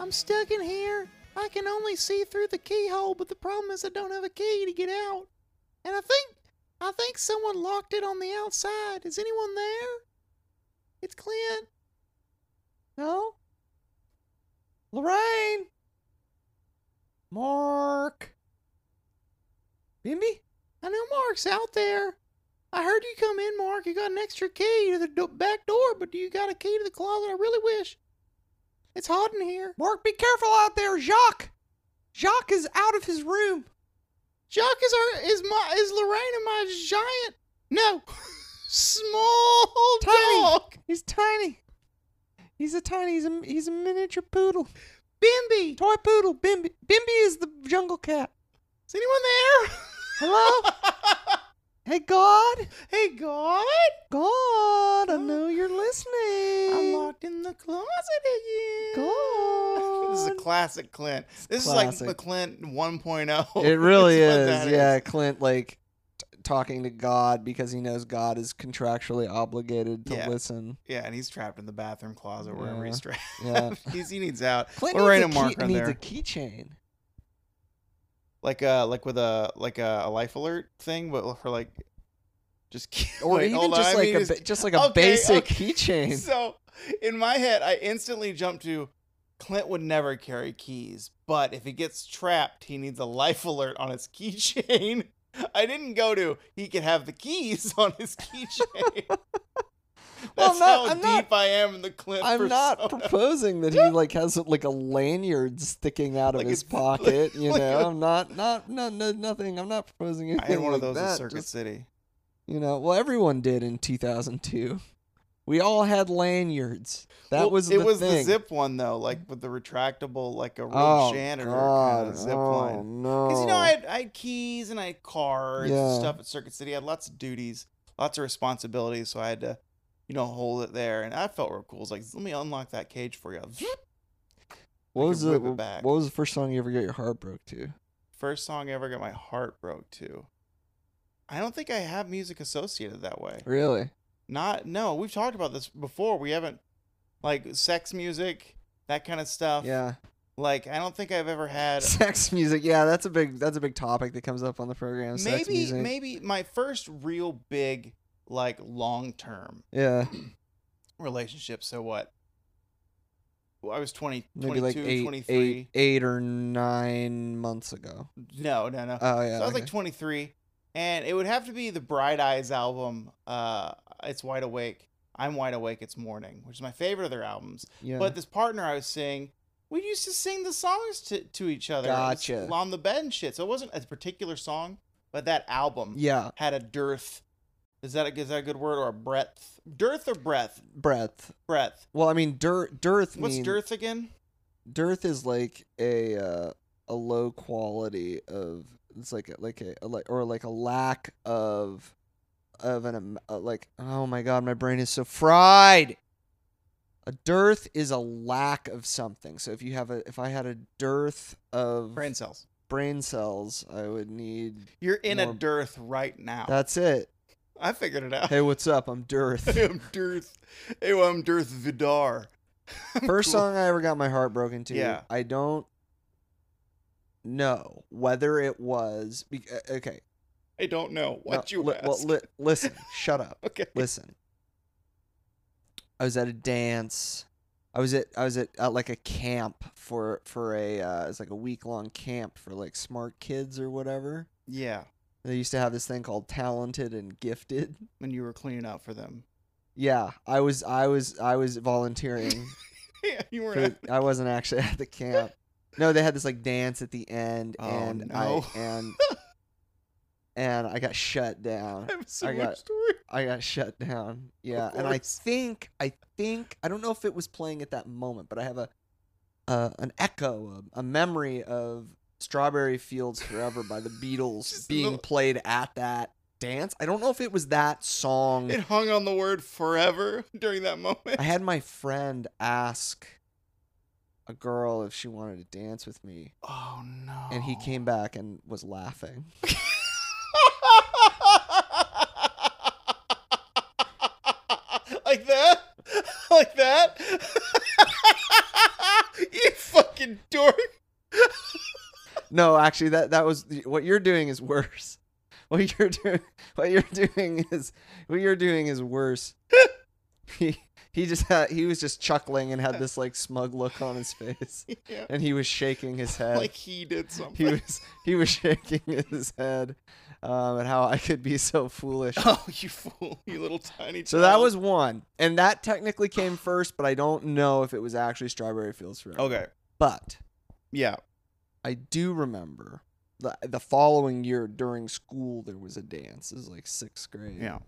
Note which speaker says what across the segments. Speaker 1: I'm stuck in here. I can only see through the keyhole, but the problem is I don't have a key to get out. And I think I think someone locked it on the outside. Is anyone there? It's Clint. No? Lorraine. Mark. Bimby? I know Mark's out there. I heard you come in, Mark. You got an extra key to the do- back door, but do you got a key to the closet? I really wish. It's hot in here.
Speaker 2: Mark, be careful out there, Jacques. Jacques is out of his room.
Speaker 1: Jacques is our is my is Lorraine and my giant no small
Speaker 2: Tiny.
Speaker 1: dog
Speaker 2: He's tiny. He's a tiny. He's a he's a miniature poodle,
Speaker 1: Bimby.
Speaker 2: toy poodle. Bimby. Bimby is the jungle cat.
Speaker 1: Is anyone there?
Speaker 2: Hello. hey God.
Speaker 1: hey God,
Speaker 2: God, I know you're listening.
Speaker 1: I'm locked in the closet again.
Speaker 2: God.
Speaker 3: This is a classic Clint. This is
Speaker 2: classic.
Speaker 3: like the Clint 1.0.
Speaker 2: It really
Speaker 3: oh. It's what
Speaker 2: is.
Speaker 3: that
Speaker 2: Yeah, Clint like t- talking to God because he knows God is contractually obligated to
Speaker 3: Yeah.
Speaker 2: listen.
Speaker 3: Yeah, and he's trapped in the bathroom closet wherever
Speaker 2: Yeah.
Speaker 3: he's trapped.
Speaker 2: Yeah.
Speaker 3: he's, he needs out.
Speaker 2: Clint
Speaker 3: Lorraine and
Speaker 2: needs a,
Speaker 3: Mark
Speaker 2: key-
Speaker 3: are
Speaker 2: needs
Speaker 3: there.
Speaker 2: a keychain.
Speaker 3: Like uh like with a like a, a life alert thing, but for like just key-
Speaker 2: Or
Speaker 3: wait,
Speaker 2: even
Speaker 3: hold on, I
Speaker 2: just like,
Speaker 3: mean,
Speaker 2: a,
Speaker 3: just-
Speaker 2: ba- just like a
Speaker 3: okay,
Speaker 2: basic
Speaker 3: okay.
Speaker 2: keychain.
Speaker 3: So in my head, I instantly jumped to Clint would never carry keys, but if he gets trapped, he needs a life alert on his keychain. I didn't go to he could have the keys on his keychain.
Speaker 2: Well,
Speaker 3: That's
Speaker 2: I'm not-
Speaker 3: how
Speaker 2: I'm not-
Speaker 3: deep I am in the Clint.
Speaker 2: I'm not
Speaker 3: persona.
Speaker 2: proposing that he like has like a lanyard sticking out of
Speaker 3: Like
Speaker 2: his
Speaker 3: a-
Speaker 2: pocket. you
Speaker 3: like
Speaker 2: know,
Speaker 3: a-
Speaker 2: I'm not not no no nothing. I'm not proposing anything.
Speaker 3: I had one of
Speaker 2: like
Speaker 3: those in
Speaker 2: that,
Speaker 3: Circuit
Speaker 2: just-
Speaker 3: City.
Speaker 2: you know, well everyone did in 2002. We all had lanyards. That
Speaker 3: Well,
Speaker 2: was
Speaker 3: it
Speaker 2: the
Speaker 3: was the
Speaker 2: thing.
Speaker 3: zip one though, like with the retractable, like a real
Speaker 2: oh,
Speaker 3: janitor
Speaker 2: God.
Speaker 3: kind of zip
Speaker 2: oh,
Speaker 3: line.
Speaker 2: No.
Speaker 3: Because you know, I had, I had keys and I had cards
Speaker 2: Yeah.
Speaker 3: and stuff at Circuit City. I had lots of duties, lots of responsibilities, so I had to, you know, hold it there. And I felt real cool. It's like, let me unlock that cage for you.
Speaker 2: what
Speaker 3: I
Speaker 2: was
Speaker 3: could
Speaker 2: the
Speaker 3: whip it
Speaker 2: what
Speaker 3: back.
Speaker 2: was the first song you ever got your heart broke to?
Speaker 3: First song I ever got my heart broke to. I don't think I have music associated that way.
Speaker 2: Really?
Speaker 3: Not no, we've talked about this before. We haven't like sex music, that kind of stuff.
Speaker 2: Yeah.
Speaker 3: Like Uh, I don't think I've ever had
Speaker 2: Sex music. Yeah, that's a big that's a big topic that comes up on the program. sex
Speaker 3: maybe
Speaker 2: music.
Speaker 3: maybe my first real big like long term
Speaker 2: Yeah.
Speaker 3: relationship. So what? Well, I was 20,
Speaker 2: Maybe
Speaker 3: 22,
Speaker 2: like eight,
Speaker 3: 23.
Speaker 2: eight, eight or nine months ago.
Speaker 3: No, no, no.
Speaker 2: Oh yeah.
Speaker 3: so I was
Speaker 2: okay.
Speaker 3: like 23. And it would have to be the Bright Eyes album. Uh, it's Wide Awake. I'm Wide Awake. It's Morning, which is my favorite of their albums.
Speaker 2: yeah.
Speaker 3: But this partner I was seeing, we used to sing the songs to, to each other. It was
Speaker 2: Gotcha.
Speaker 3: On the bed and shit. So it wasn't a particular song, but that album
Speaker 2: yeah,
Speaker 3: had a dearth. Is that a, is that a good word or a breadth? Dearth or breadth?
Speaker 2: breadth.
Speaker 3: Breadth.
Speaker 2: Well, I mean, dir- dearth.
Speaker 3: What's
Speaker 2: mean-
Speaker 3: dearth again?
Speaker 2: Dearth is like a uh, a low quality of it's like a, like a, a like or like a lack of of an am- uh, like oh my god my brain is so fried. A dearth is a lack of something. So if you have a if I had a dearth of
Speaker 3: Brain cells.
Speaker 2: brain cells, I would need.
Speaker 3: You're in
Speaker 2: More-
Speaker 3: a dearth right now.
Speaker 2: That's it.
Speaker 3: I figured it out.
Speaker 2: Hey, what's up? I'm dearth.
Speaker 3: Hey, I'm dearth. Hey, I'm dearth Vidar.
Speaker 2: First
Speaker 3: Cool.
Speaker 2: song I ever got my heart broken to.
Speaker 3: Yeah.
Speaker 2: I don't know whether it was. Be- uh, okay.
Speaker 3: I don't know
Speaker 2: no,
Speaker 3: what you
Speaker 2: li-
Speaker 3: asked.
Speaker 2: well, li- listen. shut up.
Speaker 3: okay.
Speaker 2: Listen. I was at a dance. I was at I was at, at like a camp for for a uh, it's like a week long camp for like smart kids or whatever.
Speaker 3: Yeah,
Speaker 2: They used to have this thing called talented and gifted.
Speaker 3: when you were cleaning up for them.
Speaker 2: Yeah, I was I was I was volunteering
Speaker 3: Yeah, you were.
Speaker 2: for- I wasn't actually at the camp. No, they had this like dance at the end,
Speaker 3: Oh,
Speaker 2: and
Speaker 3: no.
Speaker 2: I and and I got shut down.
Speaker 3: I have so
Speaker 2: I
Speaker 3: much
Speaker 2: got-
Speaker 3: story.
Speaker 2: I got shut down. Yeah, and I
Speaker 3: course.
Speaker 2: think I think I don't know if it was playing at that moment, but I have a uh, an echo, a, a memory of "Strawberry Fields Forever" by the Beatles
Speaker 3: Just
Speaker 2: being
Speaker 3: the-
Speaker 2: played at that dance. I don't know if it was that song.
Speaker 3: It hung on the word forever during that moment.
Speaker 2: Mm. I had my friend ask a girl if she wanted to dance with me.
Speaker 3: Oh no!
Speaker 2: and he came back and was laughing.
Speaker 3: like that? Like that? you fuck fucking dork.
Speaker 2: No, actually, that that was what you're doing is worse. What you're doing, what you're doing is, what you're doing is worse. he he just had, he was just chuckling and had this like smug look on his face,
Speaker 3: Yeah.
Speaker 2: and he was shaking his head.
Speaker 3: Like he did something.
Speaker 2: he was he was shaking his head, um, at how I could be so foolish.
Speaker 3: oh, you fool! You little tiny.
Speaker 2: So that
Speaker 3: child.
Speaker 2: was one, and that technically came first, but I don't know if it was actually Strawberry Fields Forever.
Speaker 3: okay.
Speaker 2: But
Speaker 3: Yeah.
Speaker 2: I do remember the the following year during school there was a dance. It was like sixth grade.
Speaker 3: Yeah.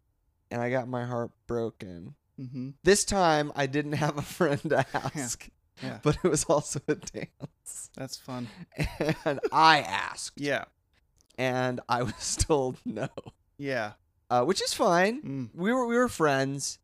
Speaker 2: And I got my heart broken.
Speaker 3: Mm-hmm.
Speaker 2: This time I didn't have a friend to ask.
Speaker 3: Yeah.
Speaker 2: But it was also a dance.
Speaker 3: That's fun.
Speaker 2: And I asked.
Speaker 3: Yeah.
Speaker 2: And I was told no.
Speaker 3: Yeah.
Speaker 2: Uh, which is fine.
Speaker 3: Mm.
Speaker 2: We were we were friends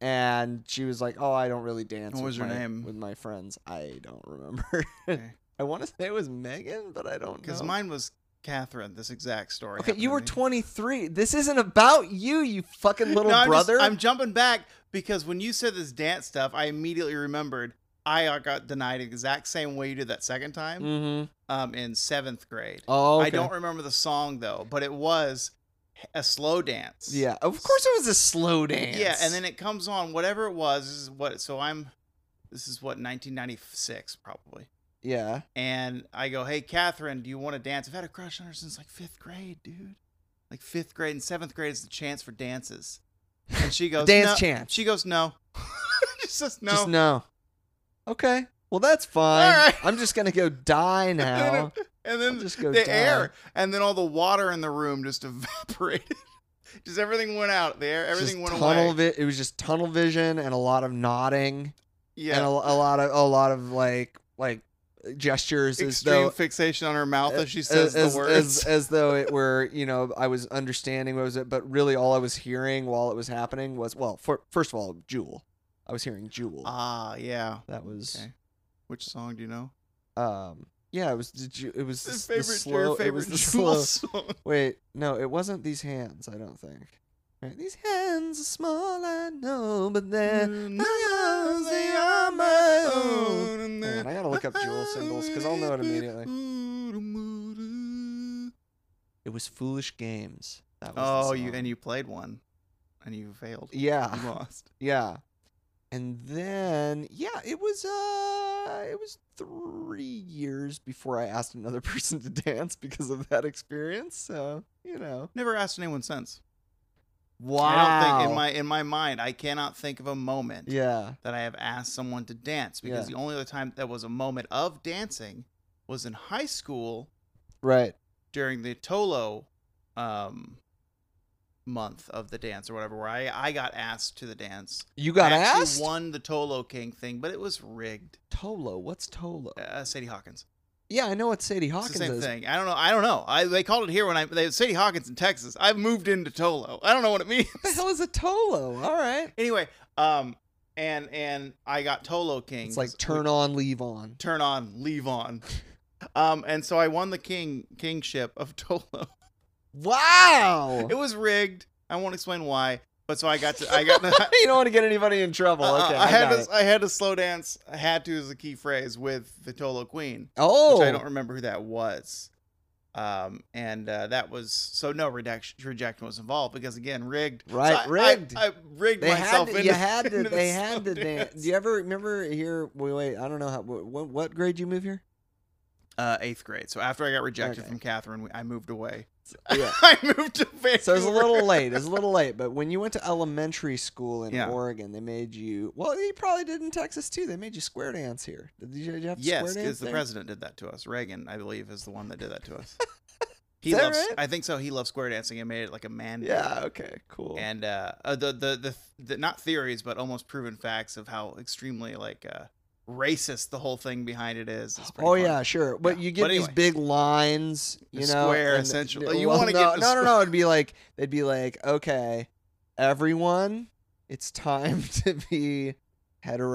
Speaker 2: and she was like, Oh, I don't really dance
Speaker 3: What
Speaker 2: with
Speaker 3: was her
Speaker 2: my-
Speaker 3: name?
Speaker 2: with my friends. I don't remember.
Speaker 3: Okay.
Speaker 2: I wanna say it was Megan, but I don't know.
Speaker 3: Because mine was Catherine. This exact story.
Speaker 2: Okay,
Speaker 3: happened
Speaker 2: you
Speaker 3: to
Speaker 2: were
Speaker 3: me.
Speaker 2: 23. This isn't about you, you fucking little
Speaker 3: No, I'm just-
Speaker 2: brother.
Speaker 3: I'm jumping back because when you said this dance stuff, I immediately remembered I uh, got denied exact same way you did that second time
Speaker 2: mm-hmm.
Speaker 3: um, in seventh grade.
Speaker 2: Oh, okay.
Speaker 3: I don't remember the song though, but it was a slow dance.
Speaker 2: Yeah, of course it was a slow dance.
Speaker 3: Yeah, and then it comes on whatever it was. This is what. So I'm. This is what 1996 probably.
Speaker 2: yeah,
Speaker 3: And I go, hey Catherine, do you want to dance? I've had a crush on her since like fifth grade, dude. Like fifth grade and seventh grade is the chance for dances. And she goes,
Speaker 2: dance
Speaker 3: no.
Speaker 2: chance.
Speaker 3: She goes, no. she says, no.
Speaker 2: Just no. Okay. Well, that's fine.
Speaker 3: All right.
Speaker 2: I'm just gonna go die now.
Speaker 3: and then
Speaker 2: I'll just go
Speaker 3: the
Speaker 2: die.
Speaker 3: air, and then all the water in the room just evaporated. just everything went out. The air, everything
Speaker 2: Just
Speaker 3: went
Speaker 2: tunnel
Speaker 3: away.
Speaker 2: vi- it was just tunnel vision and a lot of nodding
Speaker 3: yeah.
Speaker 2: and a, a lot of a lot of like like gestures as
Speaker 3: Extreme
Speaker 2: though
Speaker 3: fixation on her mouth as she
Speaker 2: as-
Speaker 3: says
Speaker 2: as,
Speaker 3: the words.
Speaker 2: as, as though it were you know i was understanding what was it but really all i was hearing while it was happening was well for, first of all jewel i was hearing jewel
Speaker 3: ah, yeah.
Speaker 2: that was
Speaker 3: Okay. Which song do you know?
Speaker 2: um yeah it was the Ju- it was
Speaker 3: His
Speaker 2: this, the
Speaker 3: favorite,
Speaker 2: slow
Speaker 3: your
Speaker 2: it was
Speaker 3: favorite
Speaker 2: the
Speaker 3: Jewel
Speaker 2: slow
Speaker 3: song.
Speaker 2: wait no it wasn't these hands i don't think right these hands are small i know but
Speaker 3: Mm,
Speaker 2: they're arms, they are my own. Hang on, I gotta look up Jewel symbols because I'll know it immediately. It was Foolish Games. That was the
Speaker 3: Oh, you
Speaker 2: song.
Speaker 3: and you played one, and you failed.
Speaker 2: Yeah.
Speaker 3: You lost.
Speaker 2: Yeah. And then yeah, it was uh it was 3 years before I asked another person to dance because of that experience. So, you know.
Speaker 3: Never asked anyone since.
Speaker 2: Wow.
Speaker 3: I don't think in my in my mind I cannot think of a moment
Speaker 2: Yeah.
Speaker 3: that I have asked someone to dance because
Speaker 2: Yeah.
Speaker 3: the only other time that was a moment of dancing was in high school
Speaker 2: Right.
Speaker 3: during the Tolo um, month of the dance or whatever, where I, I got asked to the dance.
Speaker 2: You got
Speaker 3: I actually
Speaker 2: asked?
Speaker 3: won the Tolo King thing, but it was rigged.
Speaker 2: Tolo, what's Tolo?
Speaker 3: Uh, Sadie Hawkins.
Speaker 2: yeah, I know what Sadie
Speaker 3: It's the
Speaker 2: Hawkins
Speaker 3: same
Speaker 2: is.
Speaker 3: thing. I don't know. I don't know. I they called it here when I they Sadie Hawkins in Texas. I've moved into Tolo. I don't know what it means.
Speaker 2: What the hell is a Tolo? All right.
Speaker 3: anyway, um, and and I got Tolo King.
Speaker 2: It's like
Speaker 3: 'cause
Speaker 2: turn on, leave on.
Speaker 3: turn on, leave on. Um, and so I won the king kingship of Tolo.
Speaker 2: Wow.
Speaker 3: It was rigged. I won't explain why, but so I got to I got to,
Speaker 2: you don't want to get anybody in trouble.
Speaker 3: Uh,
Speaker 2: Okay.
Speaker 3: I, had
Speaker 2: got
Speaker 3: to,
Speaker 2: it.
Speaker 3: I had to slow dance. I had to is a key phrase with the Tolo Queen,
Speaker 2: Oh.
Speaker 3: which I don't remember who that was. Um, and uh, that was so no redaction, rejection was involved because again rigged. So
Speaker 2: Right,
Speaker 3: I- I-
Speaker 2: rigged.
Speaker 3: I, rigged
Speaker 2: They had
Speaker 3: myself.
Speaker 2: to,
Speaker 3: into,
Speaker 2: you had to
Speaker 3: into the
Speaker 2: they had
Speaker 3: slow
Speaker 2: to dance. Do you ever remember here? Wait, wait I don't know how. What, what grade you move here?
Speaker 3: Uh, eighth grade. So after I got rejected
Speaker 2: Okay.
Speaker 3: from Catherine, we- I moved away.
Speaker 2: Yeah.
Speaker 3: I moved to Vancouver.
Speaker 2: So it's a little late. It's a little late. But when you went to elementary school in
Speaker 3: Yeah.
Speaker 2: Oregon, they made you. Well, you probably did in Texas too. They made you square dance here. Did you, did you have to
Speaker 3: Yes,
Speaker 2: square dance?
Speaker 3: because the
Speaker 2: there?
Speaker 3: president did that to us. Reagan, I believe, is the one that did that to us. He
Speaker 2: that
Speaker 3: loves.
Speaker 2: right?
Speaker 3: I think so. He loves square dancing and made it like a man.
Speaker 2: Yeah. Okay. Cool.
Speaker 3: And uh, uh, the, the the the not theories, but almost proven facts of how extremely like uh, racist the whole thing behind it is. It's pretty
Speaker 2: Oh
Speaker 3: fun.
Speaker 2: yeah, sure. But
Speaker 3: Yeah.
Speaker 2: you get
Speaker 3: But
Speaker 2: these
Speaker 3: anyway.
Speaker 2: big lines,
Speaker 3: The
Speaker 2: you know,
Speaker 3: square,
Speaker 2: and-
Speaker 3: essentially. Oh,
Speaker 2: yeah,
Speaker 3: You
Speaker 2: well,
Speaker 3: wanna get
Speaker 2: no,
Speaker 3: the
Speaker 2: no, no,
Speaker 3: square.
Speaker 2: no. It'd be like they'd be like, okay, everyone, it's time to be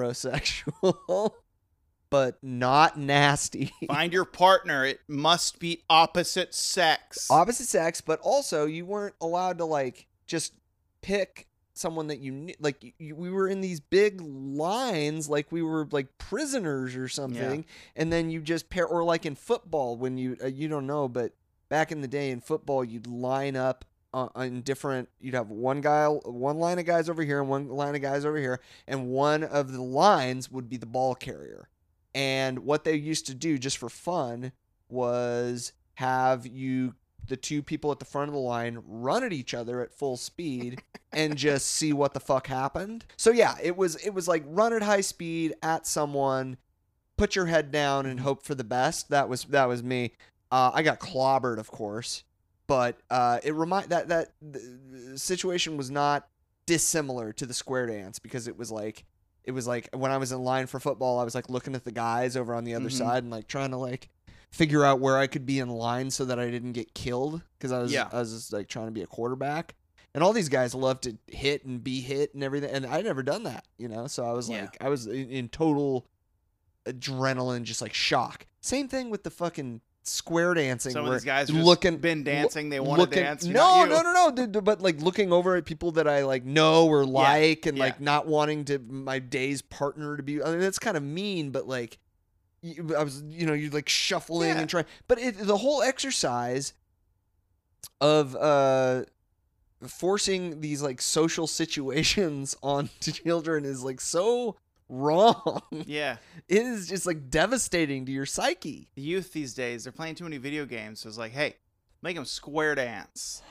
Speaker 2: heterosexual, but not nasty.
Speaker 3: Find your partner. It must be opposite sex.
Speaker 2: Opposite sex, but also you weren't allowed to like just pick someone that you knew. Like y- you, we were in these big lines, like we were like prisoners or something. And then you just pair, or like in football when you uh, you don't know, but back in the day in football, you'd line up on, on different. You'd have one guy, one line of guys over here, and one line of guys over here, and one of the lines would be the ball carrier. And what they used to do just for fun was have you the two people at the front of the line run at each other at full speed and just see what the fuck happened. So yeah, it was it was like run at high speed at someone, put your head down and hope for the best. That was that was me. Uh, I got clobbered, of course, but uh, it remind that that the the situation was not dissimilar to the square dance because it was like it was like when I was in line for football, I was like looking at the guys over on the other
Speaker 3: Mhm.
Speaker 2: side and like trying to like figure out where I could be in line so that I didn't get killed because I was
Speaker 3: Yeah.
Speaker 2: I was just, like trying to be a quarterback. And all these guys love to hit and be hit and everything, and I never done that, you know. So I was
Speaker 3: Yeah.
Speaker 2: like, I was in, in total adrenaline, just like shock. Same thing with the fucking square dancing.
Speaker 3: Some of
Speaker 2: where
Speaker 3: these guys
Speaker 2: looking
Speaker 3: looking been dancing. They want to
Speaker 2: looking
Speaker 3: dance.
Speaker 2: no
Speaker 3: not you.
Speaker 2: no no no dude, but like looking over at people that i like know or like and
Speaker 3: yeah.
Speaker 2: like not wanting to my day's partner to be i mean that's kind of mean but like you- i was you know you like shuffling
Speaker 3: Yeah.
Speaker 2: and trying but it, the whole exercise of uh forcing these like social situations on to children is like so wrong
Speaker 3: Yeah,
Speaker 2: it is just like devastating to your psyche
Speaker 3: the youth these days they're playing too many video games. So it's like, hey, make them square dance,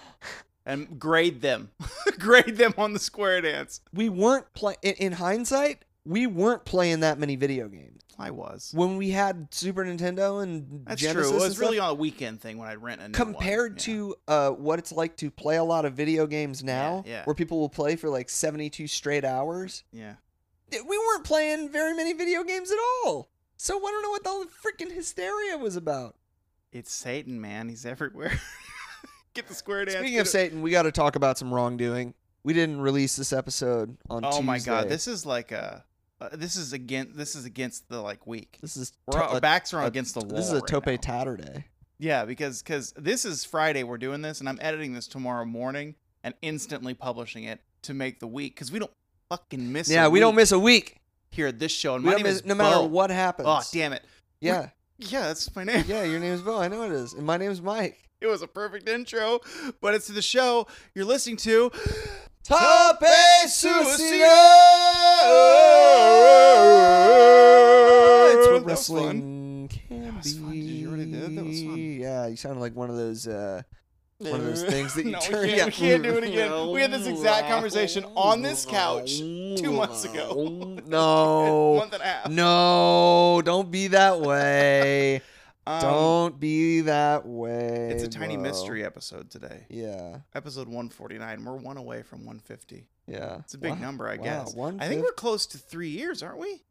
Speaker 3: and grade them, grade them on the square dance.
Speaker 2: we weren't play in, in hindsight we weren't playing that many video games
Speaker 3: I was.
Speaker 2: when we had super nintendo and
Speaker 3: That's
Speaker 2: genesis
Speaker 3: true. It
Speaker 2: and
Speaker 3: was
Speaker 2: stuff,
Speaker 3: really on a weekend thing when I'd rent a new one.
Speaker 2: compared
Speaker 3: Yeah.
Speaker 2: to uh, what it's like to play a lot of video games now
Speaker 3: yeah.
Speaker 2: where people will play for like 72 straight hours
Speaker 3: yeah,
Speaker 2: th- we weren't playing very many video games at all so i don't know what the whole freaking hysteria was about
Speaker 3: it's Satan, man. He's everywhere. Get the square dance.
Speaker 2: speaking
Speaker 3: get
Speaker 2: of
Speaker 3: it-
Speaker 2: satan we got to talk about some wrongdoing we didn't release this episode on
Speaker 3: oh my god,
Speaker 2: Tuesday.
Speaker 3: this is like a. Uh, this is against. This is against the like week.
Speaker 2: this is
Speaker 3: We're
Speaker 2: to-
Speaker 3: our
Speaker 2: a-
Speaker 3: backs are
Speaker 2: a-
Speaker 3: against the wall.
Speaker 2: this is a
Speaker 3: right
Speaker 2: tope
Speaker 3: now.
Speaker 2: tatter day
Speaker 3: Yeah, because because this is Friday we're doing this, and I'm editing this tomorrow morning and instantly publishing it to make the week because we don't fucking miss. a
Speaker 2: yeah we don't
Speaker 3: week
Speaker 2: miss a week
Speaker 3: here at this show. And
Speaker 2: We
Speaker 3: my
Speaker 2: don't
Speaker 3: name
Speaker 2: miss-
Speaker 3: is
Speaker 2: no matter
Speaker 3: Bo.
Speaker 2: what happens.
Speaker 3: Oh damn it!
Speaker 2: Yeah,
Speaker 3: Yeah, that's my name.
Speaker 2: yeah. Your name is Bo. I know it is, and my name is Mike.
Speaker 3: It was a perfect intro, but it's the show you're listening to.
Speaker 2: Tope It's
Speaker 3: Suicida! That
Speaker 2: what
Speaker 3: was
Speaker 2: wrestling can
Speaker 3: That was
Speaker 2: be.
Speaker 3: fun. Did you already do that? That was fun.
Speaker 2: Yeah, you sounded like one of those uh, one of those things that you
Speaker 3: No, we
Speaker 2: turn.
Speaker 3: can't-
Speaker 2: yeah.
Speaker 3: we can't do it again. We had this exact conversation on this couch two months ago.
Speaker 2: No,
Speaker 3: month and a half.
Speaker 2: no, don't be that way.
Speaker 3: Um,
Speaker 2: Don't be that way.
Speaker 3: It's a tiny
Speaker 2: bro.
Speaker 3: mystery episode today.
Speaker 2: Yeah,
Speaker 3: Episode 149. We're one away from 150.
Speaker 2: yeah.
Speaker 3: It's a big
Speaker 2: Wow.
Speaker 3: number, I
Speaker 2: Wow,
Speaker 3: guess.
Speaker 2: One
Speaker 3: I think we're close to three years, aren't we?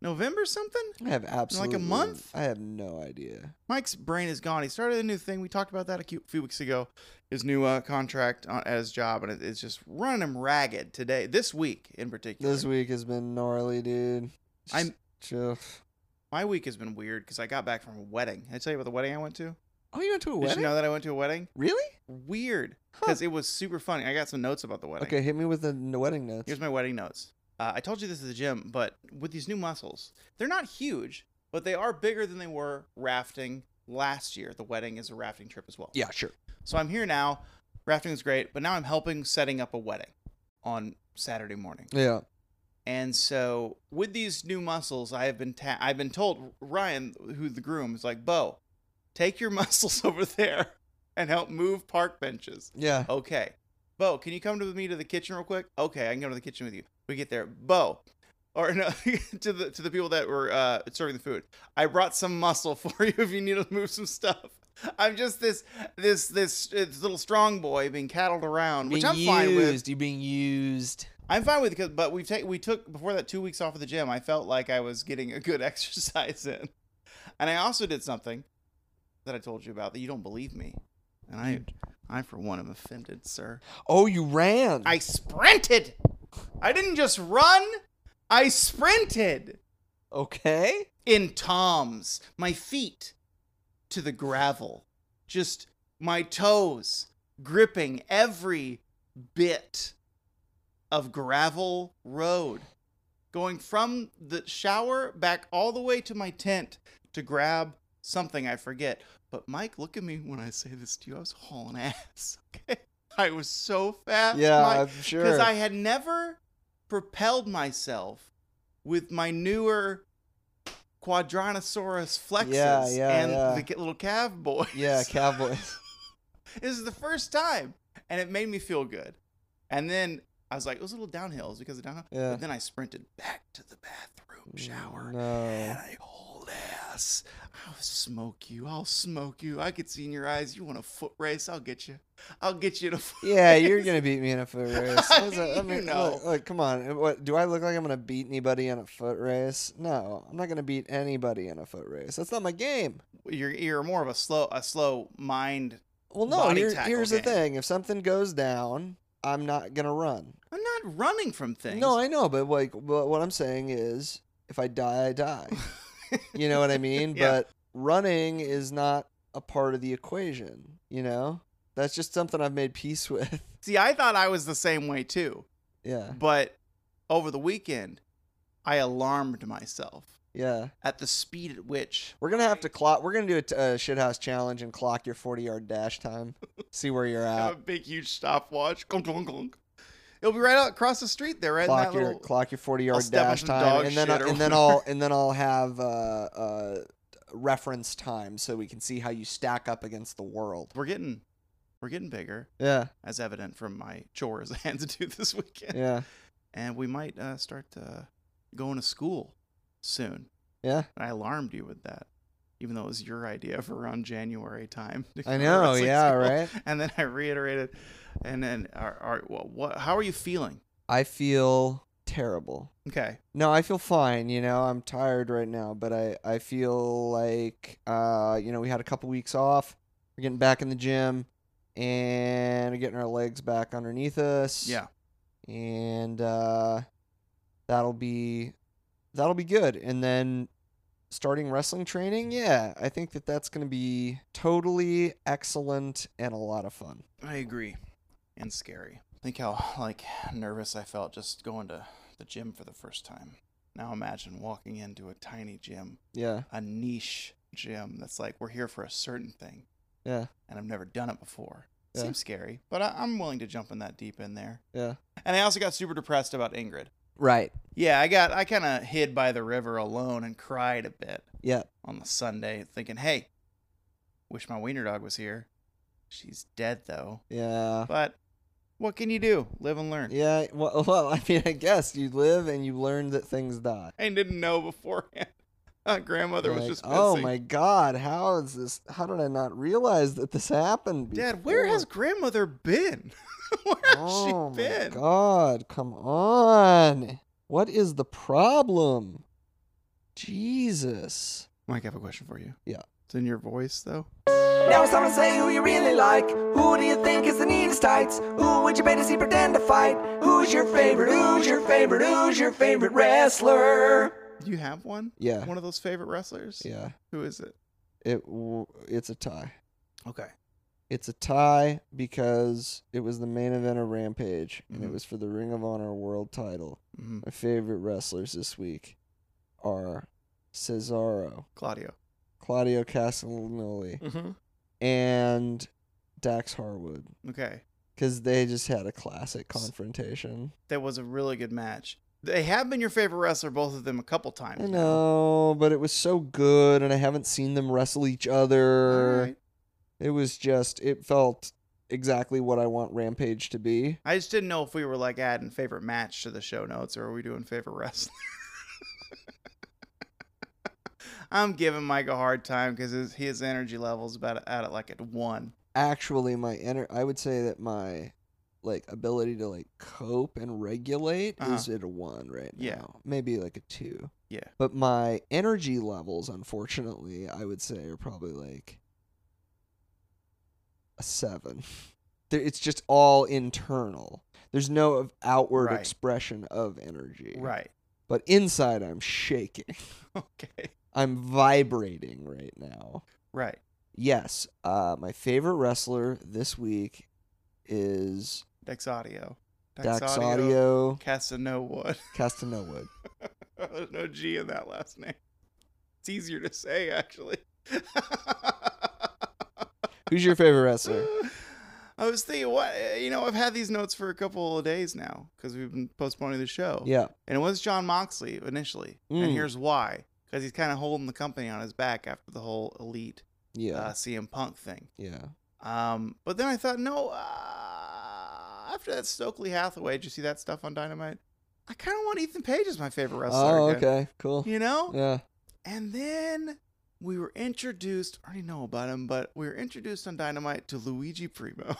Speaker 3: November something?
Speaker 2: I have absolutely
Speaker 3: month?
Speaker 2: I have no idea.
Speaker 3: Mike's brain is gone. He started a new thing. We talked about that a cu- few weeks ago. His new uh, contract on, at his job, and it, it's just running him ragged today, this week in particular.
Speaker 2: This week has been gnarly, dude. Just
Speaker 3: I'm-
Speaker 2: chill.
Speaker 3: My week has been weird because I got back from a wedding. Did I tell you about the wedding I went to?
Speaker 2: Oh, you went to a
Speaker 3: Did
Speaker 2: wedding?
Speaker 3: you know that I went to a wedding?
Speaker 2: really?
Speaker 3: Weird
Speaker 2: Huh.
Speaker 3: because it was super funny. I got some notes about the wedding.
Speaker 2: Okay, hit me with the n- wedding notes.
Speaker 3: Here's my wedding notes. Uh, I told you this is the gym, but with these new muscles, they're not huge, but they are bigger than they were rafting last year. The wedding is a rafting trip as well.
Speaker 2: yeah, sure.
Speaker 3: So I'm here now. Rafting is great, but now I'm helping setting up a wedding on Saturday morning.
Speaker 2: Yeah.
Speaker 3: And so with these new muscles, I have been ta- I've been told Ryan, who the groom is like, "Bo, take your muscles over there and help move park benches."
Speaker 2: Yeah.
Speaker 3: Okay. Bo, can you come to me to the kitchen real quick? Okay, I can go to the kitchen with you. We get there. Bo. Or no, to the to the people that were uh, serving the food. I brought some muscle for you if you need to move some stuff. I'm just this this this, uh, little strong boy being cattled around, which I'm fine with.
Speaker 2: You're being used.
Speaker 3: I'm fine with because but we've ta- we took before that two weeks off of the gym. I felt like I was getting a good exercise in, and I also did something that I told you about that you don't believe me, and I I for one am offended, sir.
Speaker 2: Oh, you ran.
Speaker 3: I sprinted. I didn't just run. I sprinted
Speaker 2: okay.
Speaker 3: in toms, my feet to the gravel, just my toes gripping every bit of gravel road, going from the shower back all the way to my tent to grab something I forget. But Mike, look at me when I say this to you. I was hauling ass. Okay, I was so fast.
Speaker 2: yeah,
Speaker 3: Mike
Speaker 2: I'm
Speaker 3: because
Speaker 2: sure.
Speaker 3: I had never propelled myself with my newer Quadronosaurus flexes
Speaker 2: Yeah, yeah,
Speaker 3: and
Speaker 2: yeah.
Speaker 3: the ca- little calf boys.
Speaker 2: yeah, Cowboys.
Speaker 3: this is the first time, and it made me feel good. And then I was like, it was a little downhill, it was because of downhill.
Speaker 2: Yeah. Mm,
Speaker 3: But then I sprinted back to the bathroom shower,
Speaker 2: No.
Speaker 3: and I hold ass. I'll smoke you. I'll smoke you. I could see in your eyes. You want a foot race? I'll get you. I'll get you in a foot
Speaker 2: Yeah, you're
Speaker 3: race.
Speaker 2: gonna beat me in a foot race. What is that? I
Speaker 3: You
Speaker 2: mean,
Speaker 3: know.
Speaker 2: look, look, come on. Uh, What do I look like? I'm gonna beat anybody in a foot race? No, I'm not gonna beat anybody in a foot race. That's not my game.
Speaker 3: you're you're more of a slow a slow mind.
Speaker 2: Well, no.
Speaker 3: Body
Speaker 2: Here,
Speaker 3: tackle
Speaker 2: here's the
Speaker 3: game.
Speaker 2: thing. If something goes down, I'm not gonna run.
Speaker 3: I'm not running from things.
Speaker 2: No, I know, but like, wha- what I'm saying is, if I die, I die. You know what I mean?
Speaker 3: Yeah.
Speaker 2: But running is not a part of the equation. You know, that's just something I've made peace with.
Speaker 3: see, I thought I was the same way too,
Speaker 2: yeah,
Speaker 3: but over the weekend, I alarmed myself
Speaker 2: yeah.
Speaker 3: at the speed at which
Speaker 2: We're gonna have to clock. We're gonna do a, t- a shithouse challenge and clock your forty yard dash time. See where you're
Speaker 3: I have
Speaker 2: at.
Speaker 3: a big huge stopwatch. Clunk, clunk, clunk. It'll be right out across the street there, right? in
Speaker 2: Clock
Speaker 3: that
Speaker 2: your
Speaker 3: little-
Speaker 2: clock your forty yard
Speaker 3: step on
Speaker 2: dash
Speaker 3: some
Speaker 2: time,
Speaker 3: dog
Speaker 2: and then
Speaker 3: shit
Speaker 2: I-
Speaker 3: or
Speaker 2: and then I'll and then I'll have uh, uh, reference time so we can see how you stack up against the world.
Speaker 3: We're getting, we're getting bigger,
Speaker 2: Yeah,
Speaker 3: as evident from my chores I had to do this weekend,
Speaker 2: yeah,
Speaker 3: and we might uh, start uh, going to school soon.
Speaker 2: yeah.
Speaker 3: And I alarmed you with that, even though it was your idea for around January time. to go
Speaker 2: I
Speaker 3: to
Speaker 2: know.
Speaker 3: wrestling
Speaker 2: Yeah,
Speaker 3: school.
Speaker 2: right.
Speaker 3: And then I reiterated, and then, are, are, what, what, how are you feeling?
Speaker 2: I feel terrible.
Speaker 3: Okay.
Speaker 2: No, I feel fine. You know, I'm tired right now, but I I feel like uh, you know, we had a couple weeks off. We're getting back in the gym, and we're getting our legs back underneath us.
Speaker 3: Yeah.
Speaker 2: and uh, that'll be that'll be good. And then starting wrestling training, yeah, I think that that's going to be totally excellent and a lot of fun.
Speaker 3: I agree. And scary. Think how, like, nervous I felt just going to the gym for the first time. Now imagine walking into a tiny gym,
Speaker 2: Yeah,
Speaker 3: a niche gym that's like, we're here for a certain thing.
Speaker 2: yeah,
Speaker 3: and I've never done it before.
Speaker 2: Yeah.
Speaker 3: Seems scary, but I, I'm willing to jump in that deep in there.
Speaker 2: Yeah.
Speaker 3: And I also got super depressed about Ingrid.
Speaker 2: right.
Speaker 3: Yeah, I got I kind of hid by the river alone and cried a bit
Speaker 2: Yeah,
Speaker 3: on the Sunday, thinking, "Hey, wish my wiener dog was here. She's dead though."
Speaker 2: yeah.
Speaker 3: But what can you do? Live and learn.
Speaker 2: Yeah, well, well, I mean, I guess you live and you learn that things die.
Speaker 3: I didn't know beforehand. My grandmother was
Speaker 2: Like,
Speaker 3: just
Speaker 2: oh
Speaker 3: missing.
Speaker 2: my god, how is this? How did I not realize that this happened? Before?
Speaker 3: Dad, where has grandmother been? where has
Speaker 2: oh
Speaker 3: she
Speaker 2: my
Speaker 3: been?
Speaker 2: god, come on! What is the problem? Jesus.
Speaker 3: Mike, I have a question for you.
Speaker 2: Yeah.
Speaker 3: It's in your voice though.
Speaker 4: Now it's time to say who you really like. Who do you think is the neatest tights? Who would you pay to see pretend to fight? Who's your favorite? Who's your favorite? Who's your favorite wrestler?
Speaker 3: Do you have one?
Speaker 2: Yeah,
Speaker 3: One of those favorite wrestlers?
Speaker 2: yeah.
Speaker 3: Who is it?
Speaker 2: It w- it's a tie.
Speaker 3: Okay.
Speaker 2: It's a tie because it was the main event of Rampage, and it
Speaker 3: Mhm.
Speaker 2: was for the Ring of Honor World Title.
Speaker 3: hmm
Speaker 2: My favorite wrestlers this week are Cesaro,
Speaker 3: Claudio.
Speaker 2: Claudio Castagnoli,
Speaker 3: Mm-hmm.
Speaker 2: and Dax Harwood
Speaker 3: Okay.
Speaker 2: because they just had a classic confrontation.
Speaker 3: That was a really good match. They have been your favorite wrestler, both of them, a couple times.
Speaker 2: I
Speaker 3: now.
Speaker 2: know, but it was so good, and I haven't seen them wrestle each other.
Speaker 3: All right.
Speaker 2: It was just, it felt exactly what I want Rampage to be.
Speaker 3: I just didn't know if we were like adding favorite match to the show notes or are we doing favorite wrestler? I'm giving Mike a hard time because his, his energy level's about at it like at one.
Speaker 2: Actually, my ener- I would say that my like ability to like cope and regulate
Speaker 3: Uh-huh.
Speaker 2: is at a one right now.
Speaker 3: Yeah.
Speaker 2: Maybe like a two.
Speaker 3: Yeah.
Speaker 2: But my energy levels, unfortunately, I would say are probably like a seven. There- It's just all internal. There's no of- outward
Speaker 3: Right.
Speaker 2: expression of energy.
Speaker 3: Right.
Speaker 2: But inside, I'm shaking.
Speaker 3: Okay.
Speaker 2: I'm vibrating right now.
Speaker 3: Right.
Speaker 2: Yes, uh, my favorite wrestler this week is
Speaker 3: Dex Audio.
Speaker 2: Dax, Audio,
Speaker 3: Castano Wood.
Speaker 2: Castano Wood.
Speaker 3: There's no G in that last name. It's easier to say, actually.
Speaker 2: Who's your favorite wrestler?
Speaker 3: I was thinking, what you know, I've had these notes for a couple of days now because we've been postponing the show.
Speaker 2: Yeah.
Speaker 3: and it was John Moxley initially,
Speaker 2: Mm.
Speaker 3: and here's why: because he's kind of holding the company on his back after the whole elite
Speaker 2: Yeah.
Speaker 3: uh, CM Punk thing.
Speaker 2: yeah.
Speaker 3: Um, but then I thought, no, uh, after that Stokely Hathaway, did you see that stuff on Dynamite? I kind of want Ethan Page as my favorite wrestler.
Speaker 2: Oh,
Speaker 3: again,
Speaker 2: okay. Cool.
Speaker 3: You know?
Speaker 2: Yeah.
Speaker 3: And then we were introduced, I already know about him, but we were introduced on Dynamite to Luigi Primo.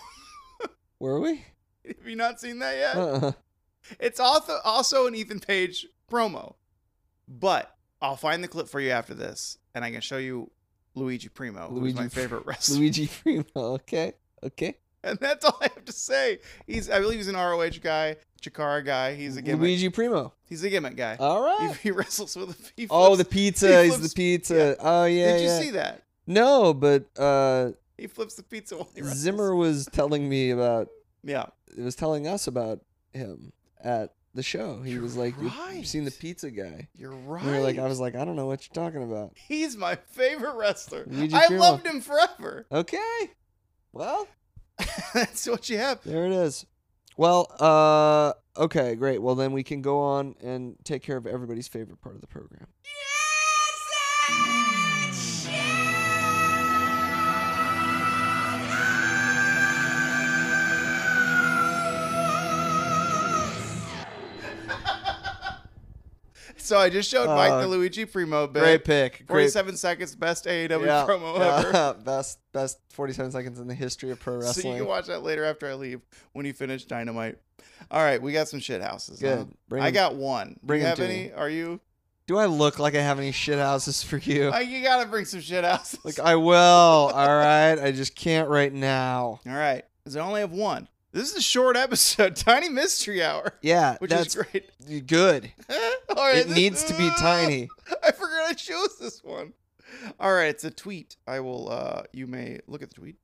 Speaker 2: Were we?
Speaker 3: Have you not seen that yet?
Speaker 2: Uh-uh.
Speaker 3: It's also, also an Ethan Page promo. But I'll find the clip for you after this, and I can show you Luigi Primo, who's my
Speaker 2: Luigi Pri-
Speaker 3: favorite wrestler.
Speaker 2: Luigi Primo. Okay. Okay.
Speaker 3: And that's all I have to say. He's I believe he's an ROH guy, Chikara guy. He's a gimmick.
Speaker 2: Luigi Primo.
Speaker 3: He's a gimmick guy.
Speaker 2: All
Speaker 3: he,
Speaker 2: right.
Speaker 3: he wrestles with a he
Speaker 2: oh, the
Speaker 3: flips-
Speaker 2: pizza.
Speaker 3: he
Speaker 2: He's the
Speaker 3: flips-
Speaker 2: pizza.
Speaker 3: yeah.
Speaker 2: Oh, yeah.
Speaker 3: Did you
Speaker 2: yeah.
Speaker 3: see that?
Speaker 2: No, but uh,
Speaker 3: He flips the pizza while he wrestles.
Speaker 2: Zimmer was telling me about.
Speaker 3: Yeah.
Speaker 2: It was telling us about him at the show. He
Speaker 3: You're
Speaker 2: was like, "You-
Speaker 3: right.
Speaker 2: "You've seen the pizza guy."
Speaker 3: You're
Speaker 2: And we
Speaker 3: right.
Speaker 2: were like, I was like, I don't know what you're talking about.
Speaker 3: he's my favorite wrestler.
Speaker 2: Luigi
Speaker 3: I
Speaker 2: Primo.
Speaker 3: loved him forever.
Speaker 2: Okay. Well,
Speaker 3: that's what you have.
Speaker 2: There it is. Well, uh, okay, great. Well, then we can go on and take care of everybody's favorite part of the program.
Speaker 3: So I just showed Mike
Speaker 2: Uh,
Speaker 3: the Luigi Primo bit.
Speaker 2: Great pick. Great.
Speaker 3: 47 seconds, best AEW
Speaker 2: Yeah.
Speaker 3: promo ever.
Speaker 2: best, best 47 seconds in the history of pro wrestling.
Speaker 3: So you can watch that later after I leave when you finish Dynamite. All right, we got some shit houses. huh?
Speaker 2: Good. Bring
Speaker 3: I
Speaker 2: 'em-
Speaker 3: got one.
Speaker 2: bring
Speaker 3: you
Speaker 2: 'em
Speaker 3: have
Speaker 2: to
Speaker 3: any?
Speaker 2: me.
Speaker 3: Are you?
Speaker 2: Do I look like I have any shit houses for you?
Speaker 3: Uh, you gotta bring some shit houses.
Speaker 2: like uh, I will. All right. I just can't right now.
Speaker 3: All right, because I only have one. This is a short episode, tiny mystery hour,
Speaker 2: Yeah,
Speaker 3: which
Speaker 2: that's
Speaker 3: is great.
Speaker 2: good.
Speaker 3: All right,
Speaker 2: It
Speaker 3: this-
Speaker 2: needs to be tiny.
Speaker 3: I forgot I chose this one. All right, it's a tweet. I will. uh You may look at the tweet,